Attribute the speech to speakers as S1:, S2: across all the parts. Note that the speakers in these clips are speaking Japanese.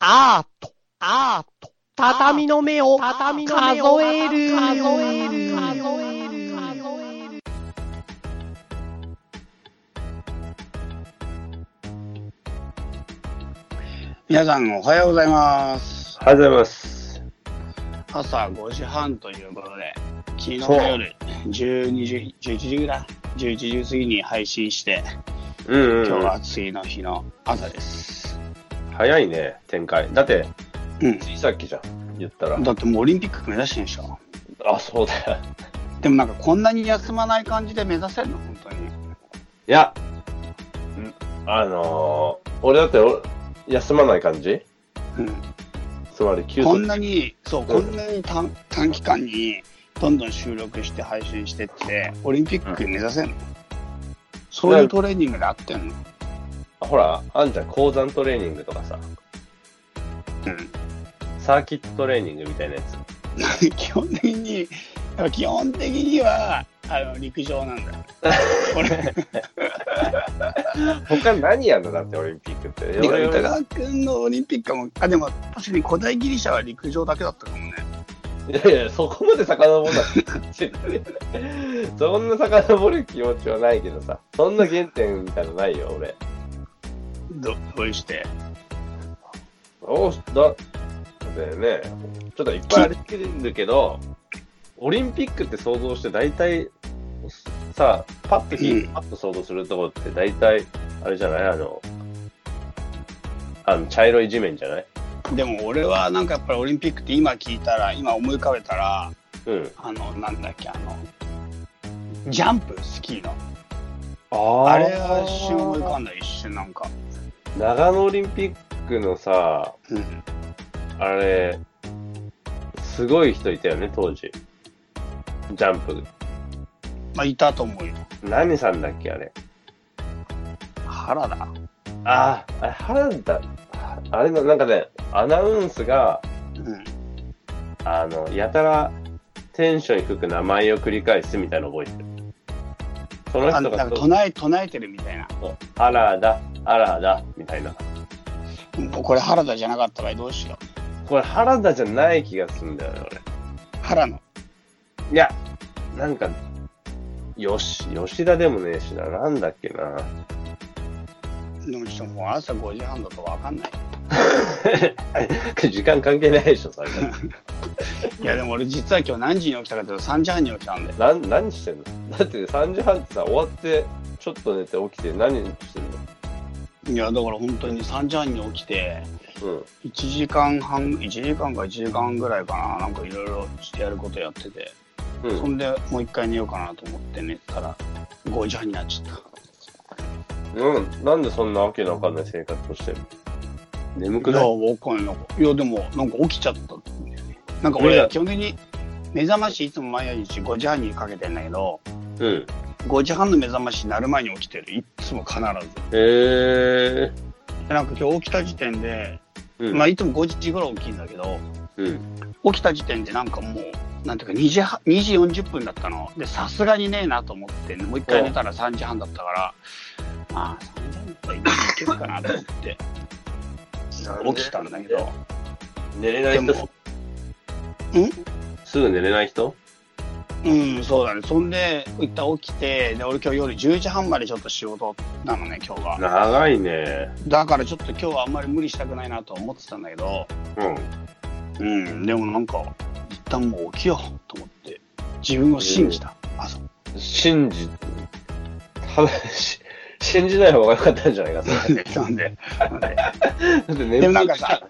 S1: アート、アート、畳の目を、畳の目を数える、数える、数える。
S2: 皆さんおはようございます。
S3: はようございます。
S2: 朝5時半ということで、昨日の夜12時、11時ぐらい、11時過ぎに配信して、
S3: うん、うん。
S2: 今日は次の日の朝です。
S3: 早いね、展開。だって、
S2: うん。
S3: ついさっきじゃん、言ったら。
S2: だってもうオリンピック目指してんでしょ。
S3: あ、そうだよ。
S2: でもなんかこんなに休まない感じで目指せるの本当に。
S3: いや、んあのー、俺だってお、休まない感じ
S2: うん。
S3: つまり、休
S2: こん
S3: 息。
S2: なに、そう、こんなに短短期間にどんどん収録して配信してって、オリンピック目指せるの、そういうトレーニングで合ってんの
S3: ほら、あんじゃん、鉱山トレーニングとかさ、
S2: うん。
S3: サーキットトレーニングみたいなやつ。
S2: 基本的に、基本的には、あの、陸上 なんだよ。俺、
S3: 他何やるのだって、オリンピックって。俺
S2: 歌川君のオリンピックはもう、あ、でも、確かに古代ギリシャは陸上だけだったかもね。
S3: いやいや、そこまで遡らない。 そんな遡る気持ちはないけどさ、そんな原点みたいなのないよ、俺。
S2: ど、どうして。
S3: どうしただよね。ちょっといっぱいありすぎるけど、オリンピックって想像して大体、さ、パッと聞いて、
S2: うん
S3: パッと想像するところって大体、あれじゃないあの、あの、茶色い地面じゃない
S2: でも俺はなんかやっぱりオリンピックって今聞いたら、今思い浮かべたら、
S3: うん。
S2: あの、なんだっけ、あの、ジャンプ、スキーの。
S3: あ
S2: あれは一瞬思い浮かんだ、一瞬なんか。
S3: 長野オリンピックのさ、
S2: うん。
S3: あれ、すごい人いたよね、当時。ジャンプ。
S2: まあ、いたと思うよ。
S3: 何さんだっけ、あれ。
S2: 原田。
S3: ああ、あれ、原田、ああれの、なんかね、アナウンスが、
S2: うん。
S3: あの、やたらテンション低く名前を繰り返すみたいなの覚えてる。その
S2: あ
S3: 人
S2: のなん
S3: が
S2: か
S3: そう、
S2: 唱え、唱えてるみたいな。
S3: あらだ、あらだ、みたいな。
S2: もうこれ原田じゃなかった場合どうしよう。
S3: これ原田じゃない気がするんだよね、俺。
S2: 原野。
S3: いや、なんか、よし、吉田でもねえしな、なんだっけな。
S2: でもちょっともう朝5時半だと分かんない。
S3: 時間関係ないでしょ、それ。
S2: いやでも俺実は今日何時に起きたかというと3時半に起きたんで。
S3: なん何してんのだって3時半ってさ、終わって、ちょっと寝て起きて何してん
S2: いやだから本当に3時半に起きて、
S3: のうん。
S2: 1時間半、1時間か1時間ぐらいかな。なんかいろいろやることやってて。
S3: うん
S2: そんでもう一回寝ようかなと思って寝たら5時半になっちゃった。
S3: うん、なんでそんなわけのわかんない生活をしてるの眠く
S2: いや、
S3: ない
S2: わかんない。いや、でも、なんか起きちゃったんだよね。なんか俺
S3: いや、
S2: 基本的に目覚ましいつも毎日5時半にかけてんだけど、
S3: うん。
S2: 5時半の目覚ましになる前に起きてる。いっつも必ず。
S3: へえー。
S2: で、なんか今日起きた時点で、
S3: うん。
S2: まあいつも5時頃起きるんだけど、
S3: うん。
S2: 起きた時点でなんかもう、なんていうか2時は2時40分だったの。で、さすがにねえなと思って、もう一回寝たら3時半だったから、まあ3時半だったらいけるかなと思って、起きたんだけど。
S3: 寝れな
S2: で
S3: い人
S2: も、
S3: すぐ寝れない人
S2: うん、そうだね。そんで、一旦起きて、で、俺今日夜10時半までちょっと仕事なのね、今日が。
S3: 長いね。
S2: だからちょっと今日はあんまり無理したくないなと思ってたんだけど、
S3: うん。
S2: うん、でもなんか、一旦もう起きようと思って、自分を信じた。朝。
S3: 信じ、ただ、し信じない方が良かったんじ ゃないか、それ
S2: なんで、なんで
S3: だって眠
S2: でもなん
S3: く
S2: かさ、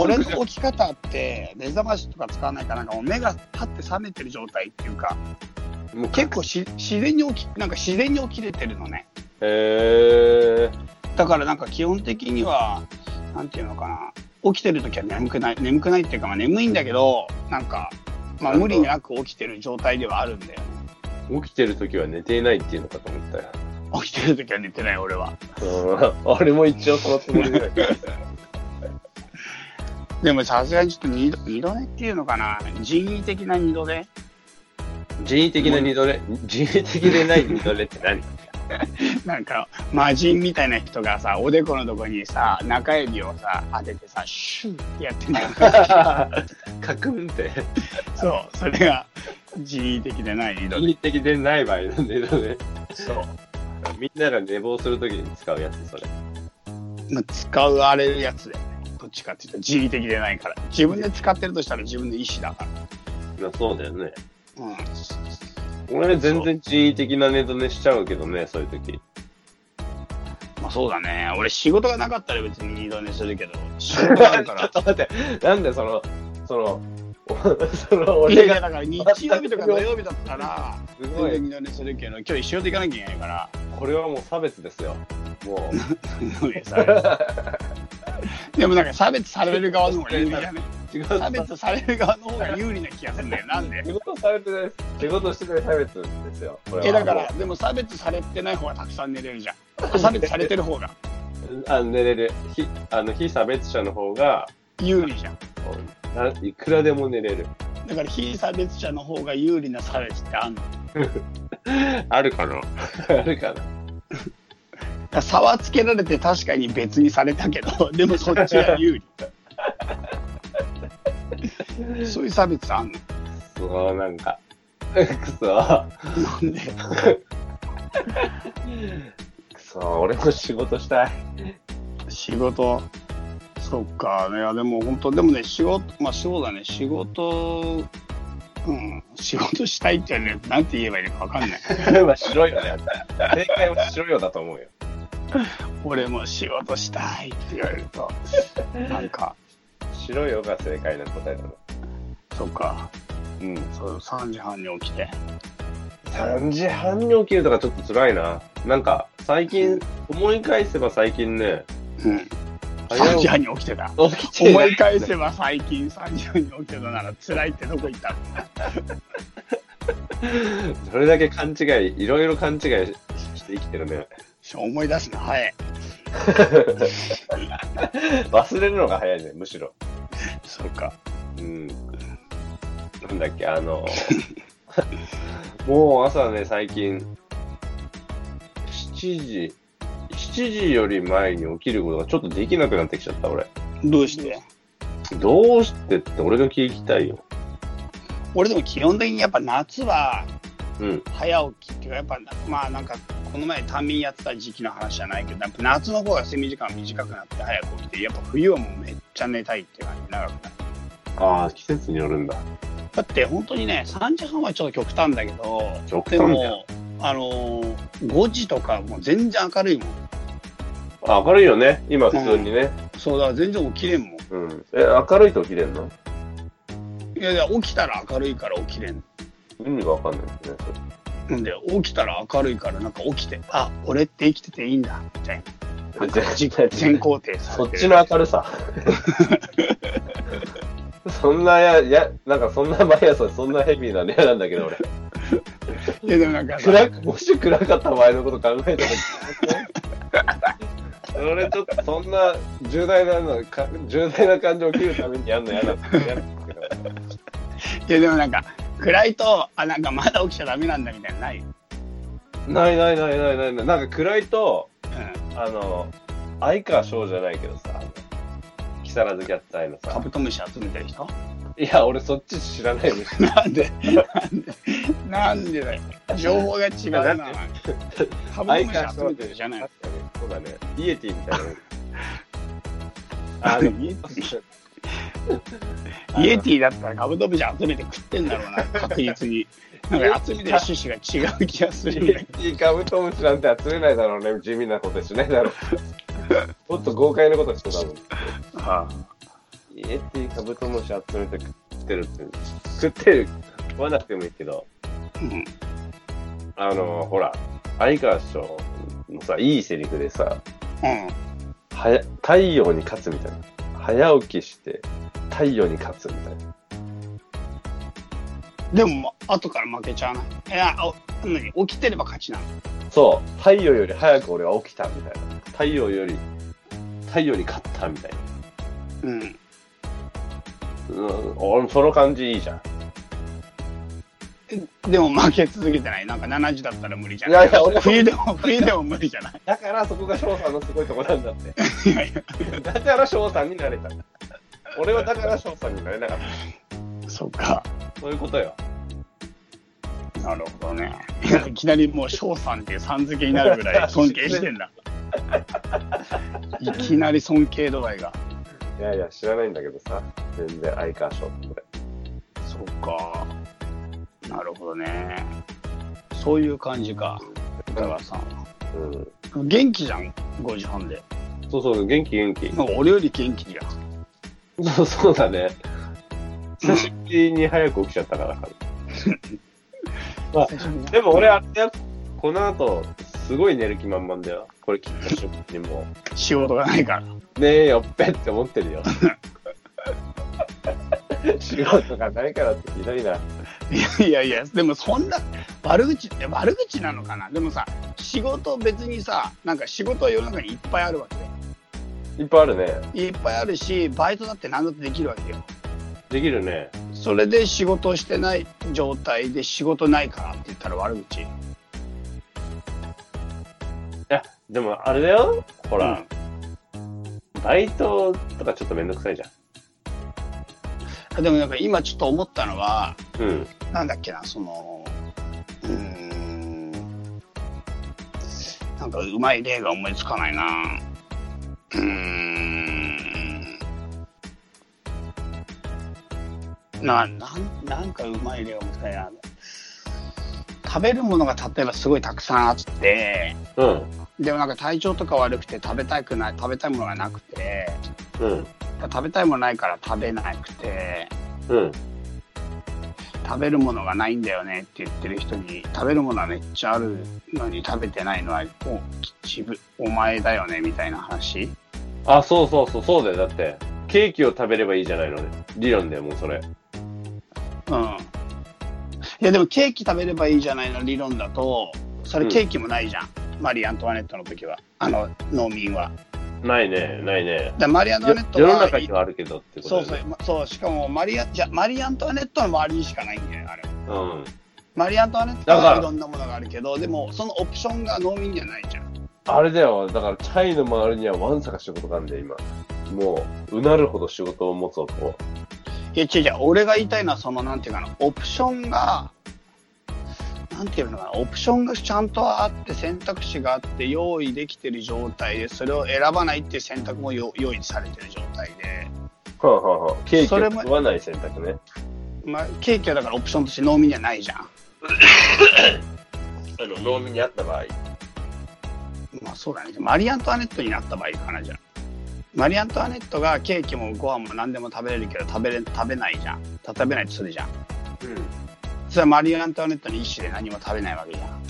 S2: 俺
S3: く
S2: の起き方って、目覚ましとか使わないから、なんかもう目が立って覚めてる状態っていうか、
S3: もう
S2: 結構し自然に起き、なんか自然に起きれてるのね。
S3: へえー。
S2: だからなんか基本的には、なんていうのかな、起きてるときは眠くない、眠くないっていうか、まあ、眠いんだけど、なんか、まあ、無理なく起きてる状態ではあるんだよね。
S3: 起きてる時は寝ていないっていうのかと思ったよ。
S2: 起きてるときは寝てない、俺は。
S3: うん、俺も一応そのつもり だけど。
S2: でもさすがにちょっと二度二度寝っていうのかな、人為的な二度寝
S3: 人為的な二度寝人為的でない二度寝って何
S2: なんか、魔人みたいな人がさ、おでこのとこにさ、中指をさ、当ててさ、シューってやってんだよ。
S3: かくんって、
S2: そう、それが人為的でない色
S3: 倫
S2: で。
S3: 理的でない場合なんで、ね、
S2: そう。
S3: みんなが寝坊するときに使うやつ、それ。
S2: まあ、使うあれやつだよね。どっちかっていうと人為的でないから。自分で使ってるとしたら自分の意思だか
S3: まあ、そうだよね。
S2: ら。うん。
S3: 俺全然地位的なネタねしちゃうけどね、そういうとき。
S2: まあそうだね。俺仕事がなかったら別に二度寝するけど、仕事があるから。
S3: ちょっと待って、なんでその、そ の、おその
S2: いや
S3: 俺
S2: いや
S3: が、
S2: だから日曜日とか土曜日だった ら、
S3: すご
S2: 全然
S3: い、
S2: 二度寝するけど、今日仕事行かなきゃいけない から、
S3: これはもう差別ですよ。 もう、
S2: でもなんか差別される側の方が有利だね。
S3: 違う、
S2: 差別される側の方が有利な気がするんだよ。なん で
S3: 仕事されてないです。仕事してない差別ですよ。これは
S2: え、だから、でも差別されてない方がたくさん寝れるじゃん。差別されてる方が
S3: あ寝れる。非あの非差別者の方が、
S2: 有利じゃん。
S3: ないくらでも寝れる。
S2: だから非差別者の方が有利な差別ってあんのだか
S3: あるかな あるかな
S2: ら差はつけられて確かに別にされたけど、 でもそっちが有利。そういう差別あんの
S3: そう、なんか。 くそ。
S2: なんで
S3: くそ、俺も仕事したい。
S2: 仕事そっかいやでも本当でもね仕事まあそうだね仕事うん仕事したいって言われるとなんて言えばいいのか分かん ない
S3: まあ、白いよね。正解は白いよだと思うよ。
S2: 俺も仕事したいって言われるとなんか
S3: 白いよが正解の答えだな。
S2: そっか
S3: うん。
S2: そう3時半に起きて
S3: 3時半に起きるとかちょっと辛いな。なんか、最近、思い返せば最近ね、
S2: うん
S3: 早
S2: 3
S3: 起
S2: 時
S3: き
S2: 半に起きて た
S3: 思い
S2: 思い返せば最近3時半に起きてたなら辛いってどこ行ったの
S3: それだけ勘違い、いろいろ勘違いして生きてるね。
S2: 思い出すの早い
S3: 忘れるのが早いね、むしろ。
S2: そうか
S3: うん。なんだっけ、あ の、もう朝ね、最近、7時、7時より前に起きることがちょっとできなくなってきちゃった、俺。
S2: どうして
S3: どうしてって俺が聞きたいよ。
S2: 俺でも基本的にやっぱ夏は
S3: うん。
S2: 早起きっていうかやっぱまあなんかこの前短眠やってた時期の話じゃないけどやっぱ夏の方が睡眠時間短くなって早く起きてやっぱ冬はもうめっちゃ寝たいっていう感じ長くなる
S3: ああ、季節によるんだ。
S2: だって本当にね3時半はちょっと極端だけど
S3: 極端
S2: で
S3: だよ
S2: もあのー5時とかもう全然明るいもん
S3: あ明るいよね、今普通にね。
S2: そうだから全然起きれんもん
S3: うん。え、明るいと起きれんの
S2: いやいや起きたら明るいから起きれん
S3: 意味がわかんないですね、それ。
S2: んで起きたら明るいからなんか起きてあ俺って生きてていいんだみたいななんか自己全肯定さ
S3: そ
S2: れ
S3: って
S2: る
S3: ちの明 るさ。そんなや、や、なんかそんな毎朝そんなヘビーなねなんだけど俺。
S2: いやでもなんかさ
S3: 暗く、もし暗かった場合のこと考えた ら、俺ちょっとそんな重大なの、か重大な感情を切るためにやるの嫌だって嫌なんです
S2: い
S3: けど。
S2: やでもなんか暗いとあなんかまだ起きちゃダメなんだみたいなのない、
S3: ないないないないないない。なんか暗いと、
S2: うん、
S3: あの、相川翔じゃないけどさ、あの木更津キャッツアイの
S2: カ
S3: さ、
S2: ブトムシ集めてる人
S3: いや、俺そっち知らないよ。
S2: なん でなんでなんでだよ情報が違うな
S3: なんで
S2: カブト
S3: 相
S2: ムシ集めてるじゃない
S3: そうだね。イエティみたいな。
S2: あでも
S3: イエ
S2: イエティだったらカブトムシ集めて食ってんだろうな確実になんか集めてる趣旨が違う気がするんだけど
S3: ティカブトムシなんて集めないだろうね。地味なことしないだろう。もっと豪快なことしてたもん。
S2: あ
S3: イエティカブトムシ集めて食ってるって。食ってる。食わなくてもいいけど。
S2: あうん
S3: あの、ほら、相川師匠のさ、いいセリフでさ、はや太陽に勝つみたいな。早起きして、太陽に勝つみたいな。
S2: うん、でも後から負けちゃわないいやあ何起きてれば勝ちなの
S3: そう、太陽より早く俺は起きたみたいな。太陽より、太陽に勝ったみたいな。
S2: うん
S3: うん、俺もその感じいいじゃん。
S2: でも負け続けてない。なんか7時だったら無理じゃ
S3: い
S2: な
S3: や
S2: い
S3: い。や、俺も
S2: 冬でも、冬でも無理じゃない。
S3: だからそこが翔さんのすごいとこなんだって。
S2: いやい
S3: だから翔さんになれた。俺はだから翔さんになれなかっ
S2: や、そうか。
S3: た。そういうことよ。
S2: なるほどね。いや いきなりもう翔さんっていうさん付けになるぐらい 尊敬してんだ。いきなり尊敬度合いが。
S3: いやいや、知らないんだけどさ。全然相川翔ってこれ。
S2: そうか。なるほどね。そういう感じか、歌川さ
S3: うん。
S2: ん。元気じゃん、5時半で。
S3: そうそう、元気元気。
S2: なんか俺より元気じゃん。
S3: そうそうだね。久しぶりに早く起きちゃったからかなまあ、でも俺、あれだよ。この後、すごい寝る気満々だよ。これ聞いた瞬間にも
S2: 仕事がないから。
S3: う、ねえよっぺって思って るよ。仕事がないからってひどい
S2: い
S3: な。
S2: やいやいや、でもそんな悪口って悪口なのかな。でもさ、仕事別にさ、なんか仕事は世の中にいっぱいあるわけよ。
S3: いっぱいあるね。
S2: いっぱいあるし、バイトだって何だってできるわけよ。
S3: できるね。
S2: それで仕事をしてない状態で仕事ないからって言ったら悪口。
S3: いや、でもあれだよ。ほ
S2: ほ
S3: ら、バイトとかちょっとめんどくさいじゃ
S2: でもなんか今ちょっと思ったのは、
S3: ん。うん。
S2: なんだっけな、その、うーん、なんかうまい例が思いつかないな。うーん。な、なん、なんかうまい例が思いつかないな。食べるものが例えばすごいたくさんあって、
S3: うん。
S2: でもなんか体調とか悪くて食べたくない、食べたいものがなくて、
S3: うん。
S2: 食べたいものないから食べなくて、
S3: うん。
S2: 食べるものがないんだよねって言ってる人に食べるものはめっちゃあるのに食べてないのはお自分お前だよねみたいな話
S3: あ、そうそうそう、そうだよ。だって、ケーキを食べればいいじゃないのね。理論だよ、もうそれ。
S2: うんいやでもケーキ食べればいいじゃないの理論だとそれケーキもないじゃん、マリー・アントワネットの時はあの農民は
S3: ないね、ないね。
S2: でマリー・アントワネット
S3: 世
S2: は
S3: の中にはあるけどってことだ
S2: そ
S3: よ
S2: うそう
S3: ね。
S2: まそうしかもマリアじゃマリー・アントワネットの周りにしかないんだよあれ
S3: うん。
S2: マリー・アントワネット
S3: だか
S2: は
S3: ら
S2: いろんなものがあるけどでもそのオプションが農民じゃないじゃん
S3: あれだよ。だから、チャイの周りにはわんさか仕事があるんだよ、今。もう、うなるほど仕事を持つ男。
S2: いや違う違う俺が言いたいのはそのなんていうかなオプションがなんていうのかなオプションがちゃんとあって選択肢があって用意できてる状態でそれを選ばないっていう選択もよ用意されてる状態で、
S3: はあ、はあはあ、ケーキ
S2: それ
S3: を
S2: も
S3: 食わない選択ね。
S2: まあ、ケーキはだからオプションとして農民じゃないじゃん
S3: あの、農民にあった場合。
S2: まあそうだねマリー・アントワネットになった場合かなじゃあマリー・アントワネットがケーキもご飯も何でも食べれるけど食べれ食べないじゃん食べないとするじゃんそれはマリー・アントワネットの意思で何も食べないわけじゃん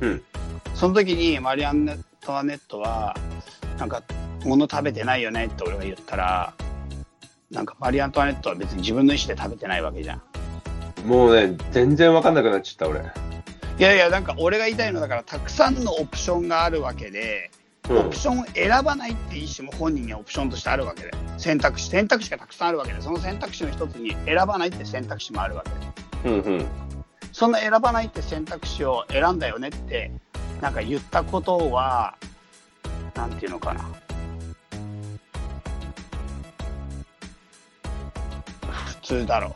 S3: うん。うん。
S2: その時にマリアントワネットはなんか物食べてないよねって俺が言ったらなんかマリアントワネットは別に自分の意思で食べてないわけじゃん
S3: もうね、全然わかんなくなっちゃった、俺。
S2: いやいやなんか俺が言いたいのはだからたくさんのオプションがあるわけで
S3: う
S2: オプションを選ばないって意思も本人にはオプションとしてあるわけで選択肢選択肢がたくさんあるわけでその選択肢の一つに選ばないって選択肢もあるわけで
S3: ん。うん、うん。
S2: その選ばないって選択肢を選んだよねってなんか言ったことはなんていうのかな普通だろ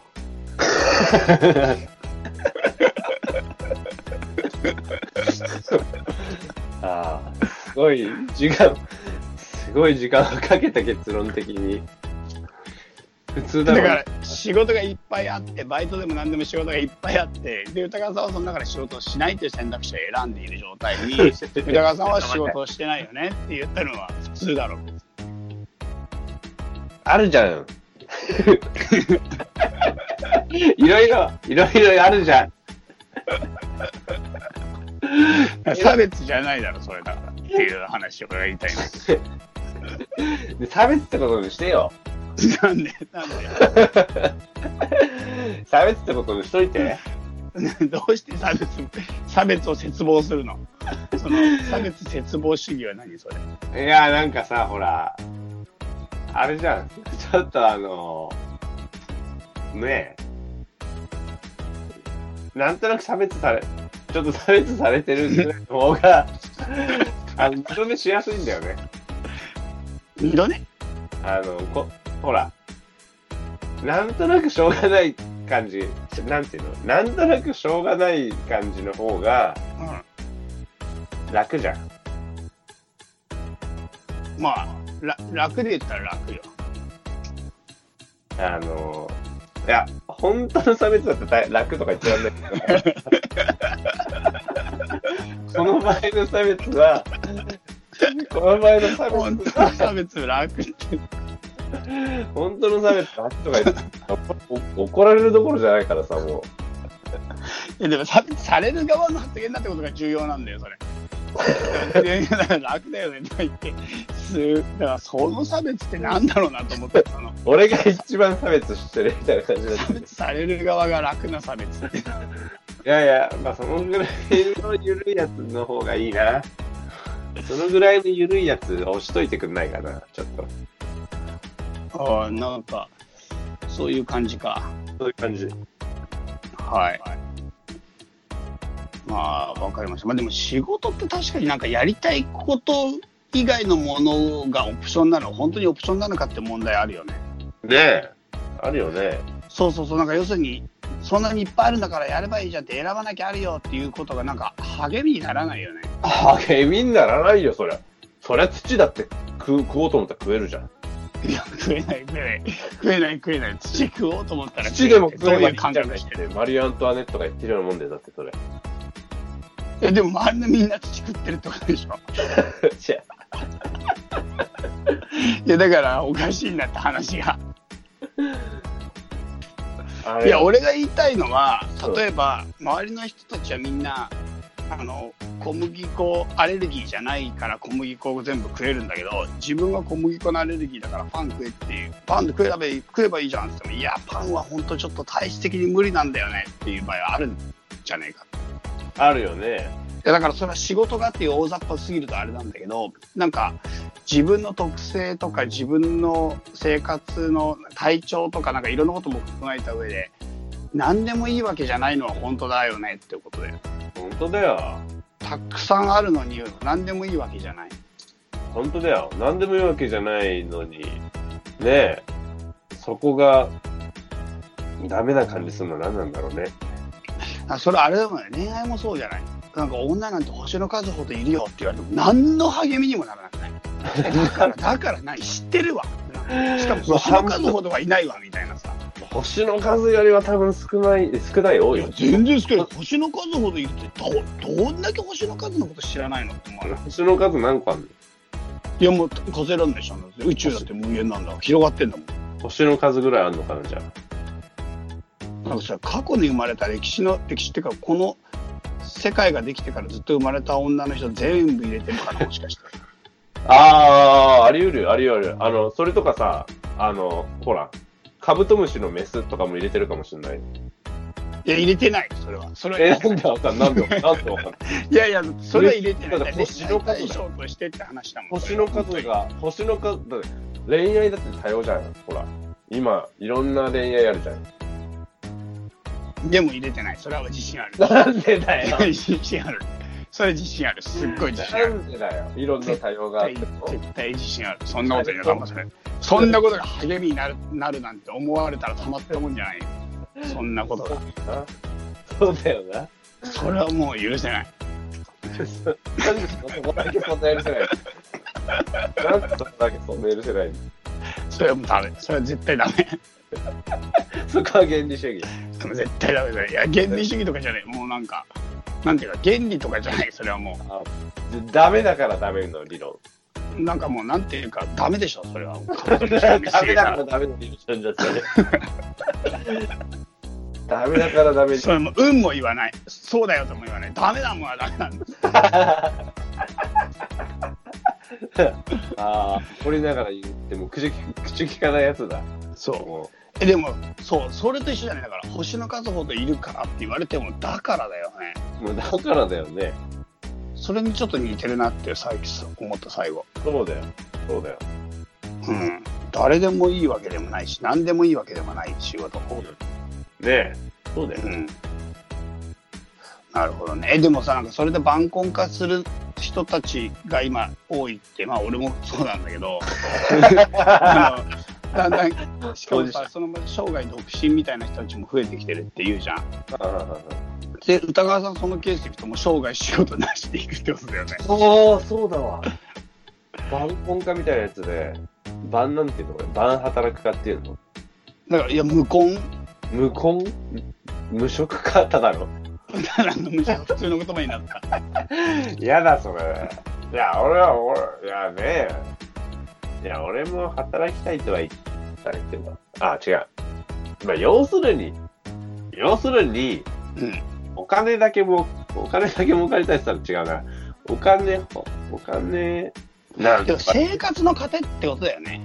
S3: ああ、すごい時間、すごい時間をかけた結論的に。普通だ
S2: だ
S3: ろ
S2: か
S3: うね
S2: ら仕事がいっぱいあってバイトでも何でも仕事がいっぱいあってで歌川さんはその中で仕事をしないという選択肢を選んでいる状態 に歌川さんは仕事をしてないよねって言ったのは普通だろ
S3: あるじゃん。 いろいろ、いろいろあるじゃん。
S2: 差別じゃないだろそれだからっていう話を俺が言いたいの
S3: で差別ってことにしてよ。
S2: なんでなんで
S3: 差別ってことにしといて。
S2: どうして差別差別を絶望するの その差別絶望主義は何それ
S3: いや、なんかさ、ほら、あれじゃん。ちょっとあの、ねえ。なんとなく差別され、ちょっと差別されてる の方が、あの、二度寝しやすいんだよね。
S2: 二度ね。
S3: あの、こ、ほら、なんとなくしょうがない感じ、なんていうのなんとなくしょうがない感じの方が楽じゃん。
S2: うん。まあ、ら楽で言ったら楽よ。
S3: あの、いや、本当の差別だって大楽とか言ってらんないけど、この場合の差別は、この場合の差
S2: 本
S3: 別
S2: 当は
S3: は、
S2: 差別楽 って。
S3: 本当の差別は楽とか言ってお怒られるどころじゃないからさ、もう。
S2: いやでも差別される側の発言だってことが重要なんだよ、それ。 いやだから楽だよね、とか言って。すだからその差別ってなんだろうなと思って、その
S3: 俺が一番差別してるみたいな感じだっ
S2: 差
S3: た。い
S2: 別される側が楽な差別 って。
S3: やいや、まあそのぐらいの緩いやつの方がいいな。そのぐらいの緩いやつ押しといてくんないかな、ちょっと。
S2: ああ、なんか、そういう感じか。
S3: そういう感じ。
S2: はい。まあ、わかりました。まあでも仕事って確かになんかやりたいこと以外のものがオプションなの、本当にオプションなのかって問題あるよね。
S3: ねえ、あるよね。
S2: そうそうそう、なんか要するに、そんなにいっぱいあるんだからやればいいじゃんって選ばなきゃあるよっていうことがなんか励みにならないよね。
S3: 励みにならないよ、そりゃ。そりゃ土だって食う食おうと思ったら食えるじゃん。
S2: いや、食えない食えない。食えない食えない。土食おうと思ったら
S3: 土でも食
S2: ど
S3: え
S2: う
S3: ば
S2: い
S3: いういじゃ
S2: 感
S3: ない
S2: 覚し
S3: ってて、マリー・アントワネットが言ってるようなもんで、だってそれ。
S2: え、でも周りのみんな土食ってるってことでしょ。いや、だからおかしいなって話が。
S3: あ
S2: い
S3: れ
S2: や、俺が言いたいのは
S3: そう、
S2: 例えば、周りの人たちはみんな、あの、小麦粉アレルギーじゃないから小麦粉を全部食えるんだけど、自分は小麦粉のアレルギーだからパン食えっていう、パンで食えばいい食えばいいじゃんって言っても、いや、パンは本当ちょっと体質的に無理なんだよねっていう場合はあるんじゃねえか。
S3: あるよね。
S2: いやだからそれは仕事がっていう大雑把すぎるとあれなんだけどなんか自分の特性とか自分の生活の体調とかなんかいろんなことも考えた上で何でもいいわけじゃないのは本当だよねっていうことで
S3: 本当だよ。
S2: たくさんあるのに何でもいいわけじゃない
S3: 本当だよ。何でもいいわけじゃないのに、ねえ、そこが、ダメな感じするのは何なんだろうね。
S2: あそれあれだもんね恋愛もそうじゃないなんか女なんて星の数ほどいるよって言われても何の励みにもならなくないだからだから何知ってるわしかも星の数ほどはいないわみたいなさ
S3: 星の数よりは多分少ない、少ない、多い
S2: い
S3: よ
S2: や。全然好きよ星の数ほどいるってどどんだけ星の数のこと知らないのって思わない
S3: 星の数何個ある
S2: いやもう数えらんないじゃん宇宙だって無限なんだ広がってんだもん
S3: の星の数ぐらいあるのかな、じゃあ。
S2: なんかさ過去に生まれた歴史の歴史っていうかこの世界ができてからずっと生まれた女の人全部入れてるのかなもしかして
S3: ああ、あり得るよ、あり得るよ。あの、それとかさ、あの、ほら、カブトムシのメスとかも入れてるかもしれない。
S2: いや入れてないそれはそれ
S3: え
S2: は、
S3: なんでわかんなんでわかんなんでわかん ない
S2: いやいやそれは入れてない
S3: だって星の数だよ
S2: 対象としてって話だもん
S3: 星の数が、星の数、だって恋愛だって多様じゃん。ほら、今、いろんな恋愛あるじゃん。
S2: でも入れてないそれは自信 ある
S3: なんでだ
S2: 自信あるそれ自信あるすっごい自信あ
S3: な
S2: る
S3: んでだよ。いろんな多様があって
S2: 絶対絶対自信あるそんなこと言うのかもしれないそんなことが励みになるなるなんて思われたらたまったもんじゃないよそんなことが
S3: そうだよな。
S2: それはもう許せない
S3: なんでそこだけそんな許せない のなんでそこだけそんな許せないの
S2: それはもうダメそれは絶対ダメ
S3: そこは原理主義。
S2: それは絶対ダメだよいや原理主義とかじゃないもうなんかなんていうか原理とかじゃないそれはも
S3: ダメだからダメの理論。
S2: うなんかもうなんていうかダメでしょそれは
S3: ダメだからダメの理論じゃったね。 ダメだからダメ
S2: それも運も言わないそうだよとも言わないダメだもんはダメなんだ
S3: ああ、怒りながら言っても口き口聞かないやつだ。
S2: そう
S3: も
S2: えでもそうそれと一緒じゃないだから星の数ほどいるからって言われてもだからだよね
S3: う、もうだからだよね。
S2: それにちょっと似てるなって最近思った最後。
S3: そうだよ。そうだよ。
S2: うん。誰でもいいわけでもないし、何でもいいわけでもない仕事。
S3: ねえ。そうだ
S2: う。ん。なるほどね。え、でもさ、なんかそれで晩婚化する人たちが今多いって、まあ俺もそうなんだけど、 あのだんだん、しかもさ、その生涯独身みたいな人たちも増えてきてるって言うじゃん。で、歌川さん、そのケースでいくと、もう生涯仕事なしでいくってことだよね。
S3: そう、そうだわ。晩婚化みたいなやつで、晩なんていうのこれ晩働くかっていうの
S2: だから、いや、無婚
S3: 無婚無職かただの。
S2: ただの無職普通の言葉になった。
S3: 嫌だ、それ。いや、俺は、俺、いやねえ。いや、俺も働きたいとは言ったりっても。あ、違う。まあ、要するに、要するに、
S2: うん
S3: お金だけも、お金だけ儲かりたいって言ったら違うな。お金、お金、なん
S2: で
S3: と
S2: も
S3: か
S2: 生活の糧ってことだよね。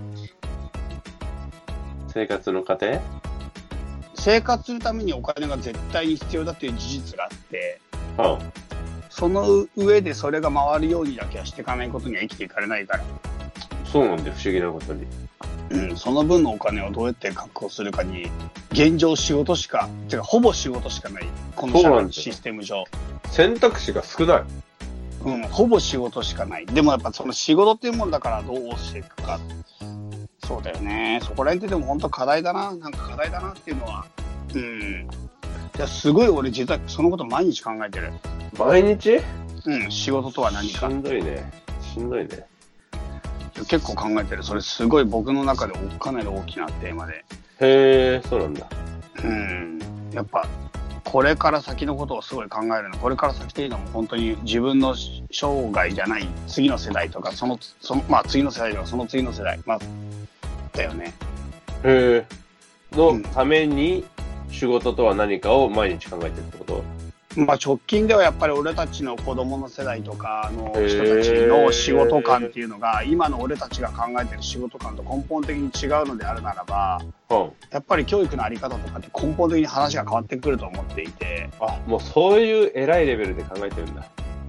S3: 生活の糧
S2: 生活するためにお金が絶対に必要だっていう事実があって、
S3: うん。
S2: その上でそれが回るようにだけはしていかないことには生きていかれないから、
S3: そうなんで、不思議なことに。
S2: うん、その分のお金をどうやって確保するかに、現状仕事しか、てかほぼ仕事しかない、この
S3: そう
S2: 社
S3: なん
S2: 会
S3: ですよ
S2: システム上。
S3: 選択肢が少ない。
S2: うん、ほぼ仕事しかない。でもやっぱその仕事っていうものだからどうしていくか。そうだよね。そこら辺ってでも本当課題だな。なんか課題だなっていうのは。うん。いや、すごい俺実はそのこと毎日考えてる。
S3: 毎日
S2: うん、仕事とは何
S3: し
S2: か。
S3: んどいね。しんどいね。
S2: 結構考えてる。それすごい僕の中でかなり大きなテーマで。
S3: へえ、そうなんだ。
S2: うん。やっぱ、これから先のことをすごい考えるの。これから先っていうのも本当に自分の生涯じゃない次の世代とか、その、そのまあ次の世代とかその次の世代。まあ、だよね。
S3: へえ。
S2: う
S3: の
S2: ん
S3: ために仕事とは何かを毎日考えてるってこと
S2: まあ、直近ではやっぱり俺たちの子供の世代とかの
S3: へー
S2: 人たちの仕事観っていうのが今の俺たちが考えてる仕事観と根本的に違うのであるならば
S3: うん。
S2: やっぱり教育の在り方とかって根本的に話が変わってくると思っていて、
S3: あ、もうそういう偉いレベルで考えてるんだ。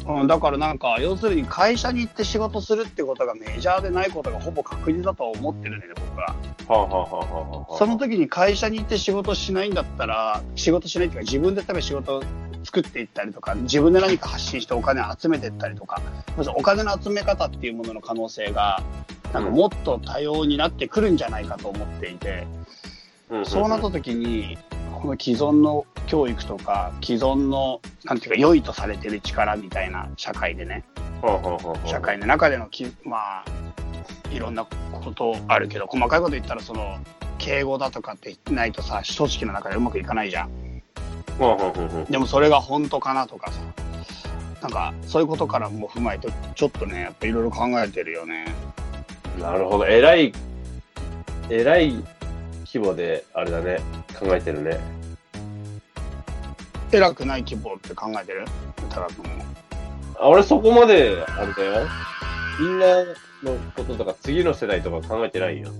S2: うん、だからなんか要するに会社に行って仕事するってことがメジャーでないことがほぼ確実だと思ってるんだよね僕は。
S3: はあ、はあはあはあはあ、
S2: その時に会社に行って仕事しないんだったら仕事しないっていうか自分で多分仕事を作っていったりとか自分で何か発信してお金を集めていったりとかまずお金の集め方っていうものの可能性がなんかもっと多様になってくるんじゃないかと思っていて、
S3: うんんん
S2: そうなった時にこの既存の教育とか既存のなんていうか良いとされてる力みたいな社会でね
S3: はあはあはあはあ
S2: 社会の中でのきまあいろんなことあるけど細かいこと言ったらその敬語だとかってないとさ組織の中でうまくいかないじゃん
S3: はあはあはあは
S2: でもそれが本当かなとかさなんかそういうことからも踏まえてちょっとねやっぱいろいろ考えてるよね
S3: あなるほど。偉い、偉い規模で、あれだね。考えてるね。
S2: 偉くない希望って考えてる高くも
S3: あ俺そこまで、あれだよ。みんなのこととか、次の世代とか考えてないよ。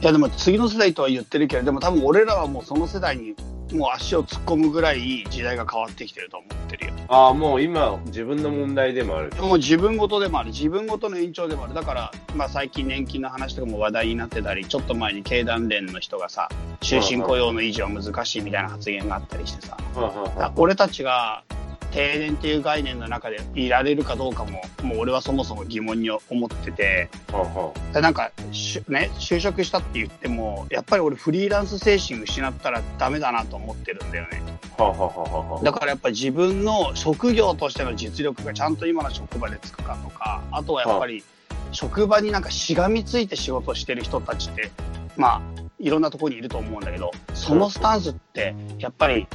S2: いやでも次の世代とは言ってるけどでも多分俺らはもうその世代にもう足を突っ込むぐらい時代が変わってきてると思ってるよ
S3: ああ、もう今、自分の問題でもある。
S2: もう自分事でもある自分事の延長でもあるだから、まあ、最近年金の話とかも話題になってたりちょっと前に経団連の人がさ終身雇用の維持は難しいみたいな発言があったりしてさ
S3: はあはあはあ
S2: 俺たちが定年っていう概念の中でいられるかどうかももう俺はそもそも疑問に思ってて
S3: はあはあ
S2: でなんかしゅ、ね、就職したって言ってもやっぱり俺フリーランス精神失ったらダメだなと思ってるんだよね。
S3: はあはあはあはあ
S2: だからやっぱり自分の職業としての実力がちゃんと今の職場でつくかとかあとはやっぱり職場になんかしがみついて仕事してる人たちってまあいろんなところにいると思うんだけどそのスタンスってやっぱり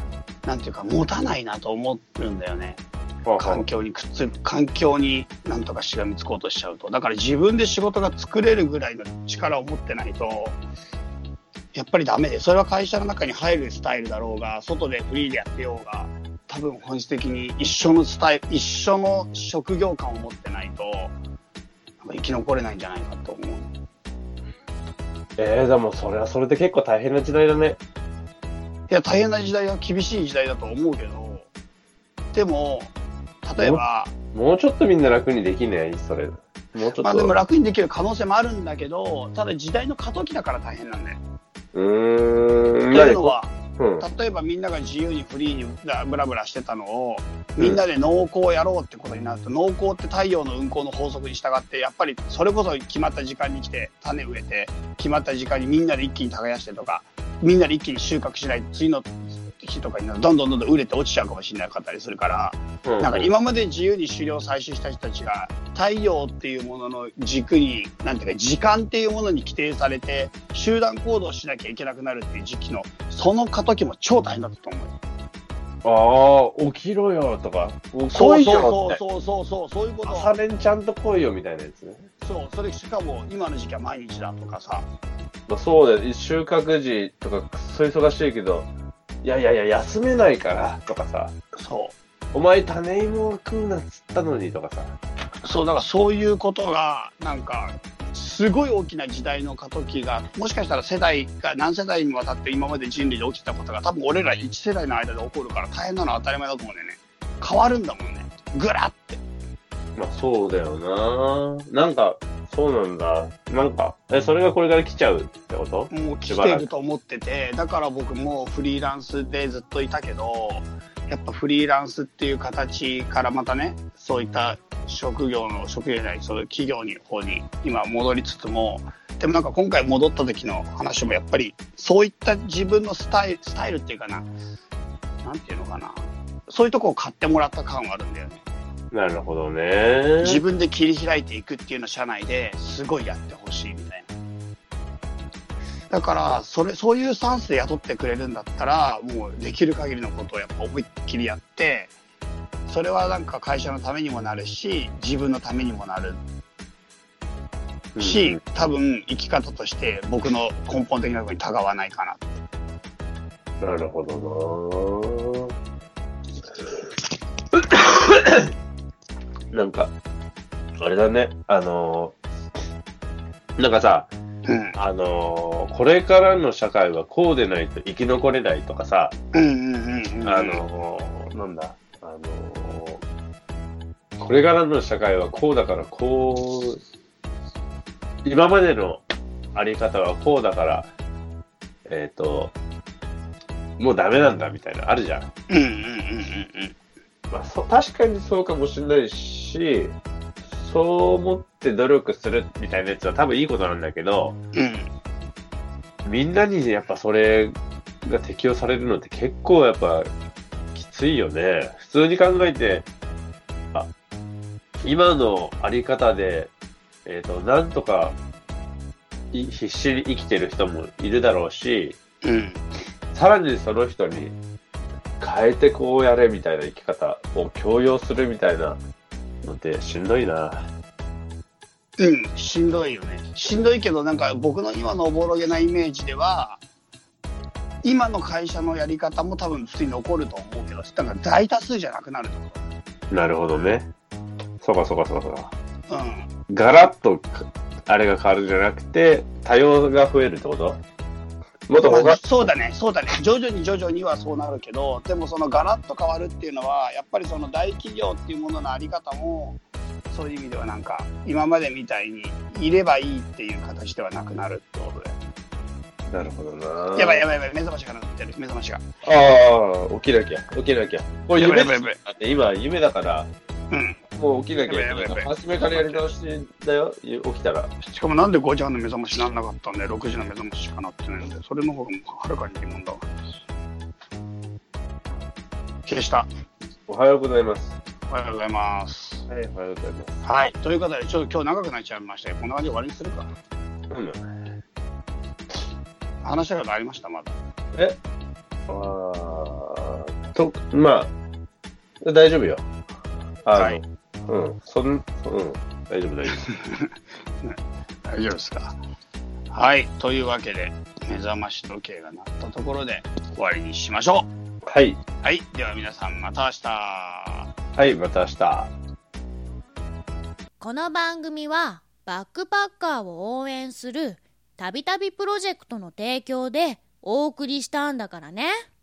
S2: なんていうか持たないなと思うんだよね
S3: はあはあ
S2: 環境にくっつ環境になんとかしがみつこうとしちゃうとだから自分で仕事が作れるぐらいの力を持ってないとやっぱりダメでそれは会社の中に入るスタイルだろうが外でフリーでやってようが多分本質的に一緒のスタイル一緒の職業観を持ってないとなんか生き残れないんじゃないかと思う
S3: えー、でもそれはそれで結構大変な時代だね。
S2: いや大変な時代は厳しい時代だと思うけどでも例えば
S3: もうちょっとみんな楽にできないそれ。もうちょっと。
S2: まあでも楽にできる可能性もあるんだけどただ時代の過渡期だから大変なんだよ
S3: うー
S2: と
S3: ん。
S2: いうのは、
S3: うん。
S2: 例えばみんなが自由にフリーにブラブラしてたのをみんなで農耕をやろうってことになると農耕って太陽の運行の法則に従ってやっぱりそれこそ決まった時間に来て種植えて決まった時間にみんなで一気に耕してとかみんなで一気に収穫しないと次の日とかになるとどんどんどんどん売れて落ちちゃうかもしれなかったりするから
S3: うん
S2: なんか今まで自由に狩猟を採集した人たちが太陽っていうものの軸になんていうか時間っていうものに規定されて集団行動しなきゃいけなくなるっていう時期のその過渡期も超大変だったと思うよ
S3: ああ、起きろよとか、起こ
S2: そう
S3: いよ
S2: そう
S3: って。
S2: そうそうそうそういうこと
S3: 朝練ちゃんと来いよみたいなやつね。
S2: そうそれしかも今の時期は毎日だとかさ
S3: まあ、そうだよ、収穫時とかくっそ忙しいけど、いやいやいや、休めないからとかさ、
S2: そ
S3: お前種芋を食うなっつったのにとかさ、
S2: うそうだからそういうことがなんかすごい大きな時代の過渡期がもしかしたら世代が何世代にもわたって今まで人類で起きたことが多分俺ら1世代の間で起こるから大変なのは当たり前だと思うんだよね変わるんだもんねぐらって
S3: まあそうだよななんか、そうなんだ。なんか、え、それがこれから来ちゃうってこと
S2: もう来てると思っててだから僕もフリーランスでずっといたけどやっぱフリーランスっていう形からまたねそういった職業の職業じゃないそういう企業に方に今戻りつつもでもなんか今回戻った時の話もやっぱりそういった自分のスタイルスタイルっていうかななんていうのかなそういうとこを買ってもらった感はあるんだよね
S3: なるほどね。
S2: 自分で切り開いていくっていうのを社内ですごいやってほしいみたいな。だからそれそういうスタンスで雇ってくれるんだったらもうできる限りのことをやっぱ思いっきりやってそれはなんか会社のためにもなるし自分のためにもなる
S3: うん
S2: し、多分生き方として僕の根本的なところにたがわないかな
S3: なるほど ななんか、あれだね、あのーなんかさ、
S2: うん
S3: あのーこれからの社会はこうでないと生き残れないとかさ、
S2: うんうんうんうん
S3: あのーなんだ、あのーこれからの社会はこうだからこう、今までのあり方はこうだから、えっ、と、もうダメなんだみたいな、あるじゃん。
S2: うんうんうんうんうん
S3: まあ、そ確かにそうかもしれないし、そう思って努力するみたいなやつは多分いいことなんだけど、
S2: うん
S3: みんなにやっぱそれが適用されるのって結構やっぱきついよね。普通に考えて、あ、今のあり方で、えっ、と、なんとかい必死に生きてる人もいるだろうし、
S2: うん
S3: さらにその人に変えてこうやれみたいな生き方を強要するみたいなのってしんどいな。
S2: うん、しんどいよね。しんどいけど、なんか僕の今のおぼろげなイメージでは、今の会社のやり方も多分普通に残ると思うけど、なんか大多数じゃなくなると思
S3: なるほどね。そうかそうかそうかそうか。
S2: う。うん。
S3: ガラッとかあれが変わるんじゃなくて、多様が増えるってこともっと
S2: まあ
S3: 他、
S2: そうだね、そうだね。徐々に徐々にはそうなるけど、でもそのガラッと変わるっていうのは、やっぱりその大企業っていうもののあり方も、そういう意味ではなんか、今までみたいにいればいいっていう形ではなくなるってことで。
S3: なるほどな
S2: やばいや
S3: ばい。
S2: ばいやばい、目覚ましが鳴ってる、目覚ましが。
S3: ああ、起きなきゃ、起きなきゃ。これ
S2: やばい
S3: 夢
S2: やばい
S3: だ
S2: やばい。
S3: って今、夢だから、
S2: うん。
S3: もう起きなきゃい
S2: やばいや
S3: け
S2: ば
S3: ないい。
S2: やばい
S3: 初めからやり直しだよ、起きたら。
S2: しかもなんで5時半の目覚ましにならなかったんで、6時の目覚まししかなってないんで、それの方がもうはるかに疑問だわ。消した。
S3: おはようございます。
S2: おはようございます。
S3: はい、おはようございます。
S2: はい。ということで、ちょっと今日長くなっちゃいましたけどこんな感じで終わりにするか。
S3: うん。
S2: 話したことありました、まだ。
S3: えああ、と、まあ、大丈夫よ。あの
S2: はい。
S3: うん、そん、うん、大丈夫、大丈
S2: 大丈夫ですか。はい。というわけで、目覚まし時計が鳴ったところで終わりにしましょ
S3: 夫。はい。
S2: う。はい。では皆さん、また明日。
S3: はい、また明日。
S4: この番組はバックパッカーを応援するたびたびプロジェクトの提供でお送りしたんだからね。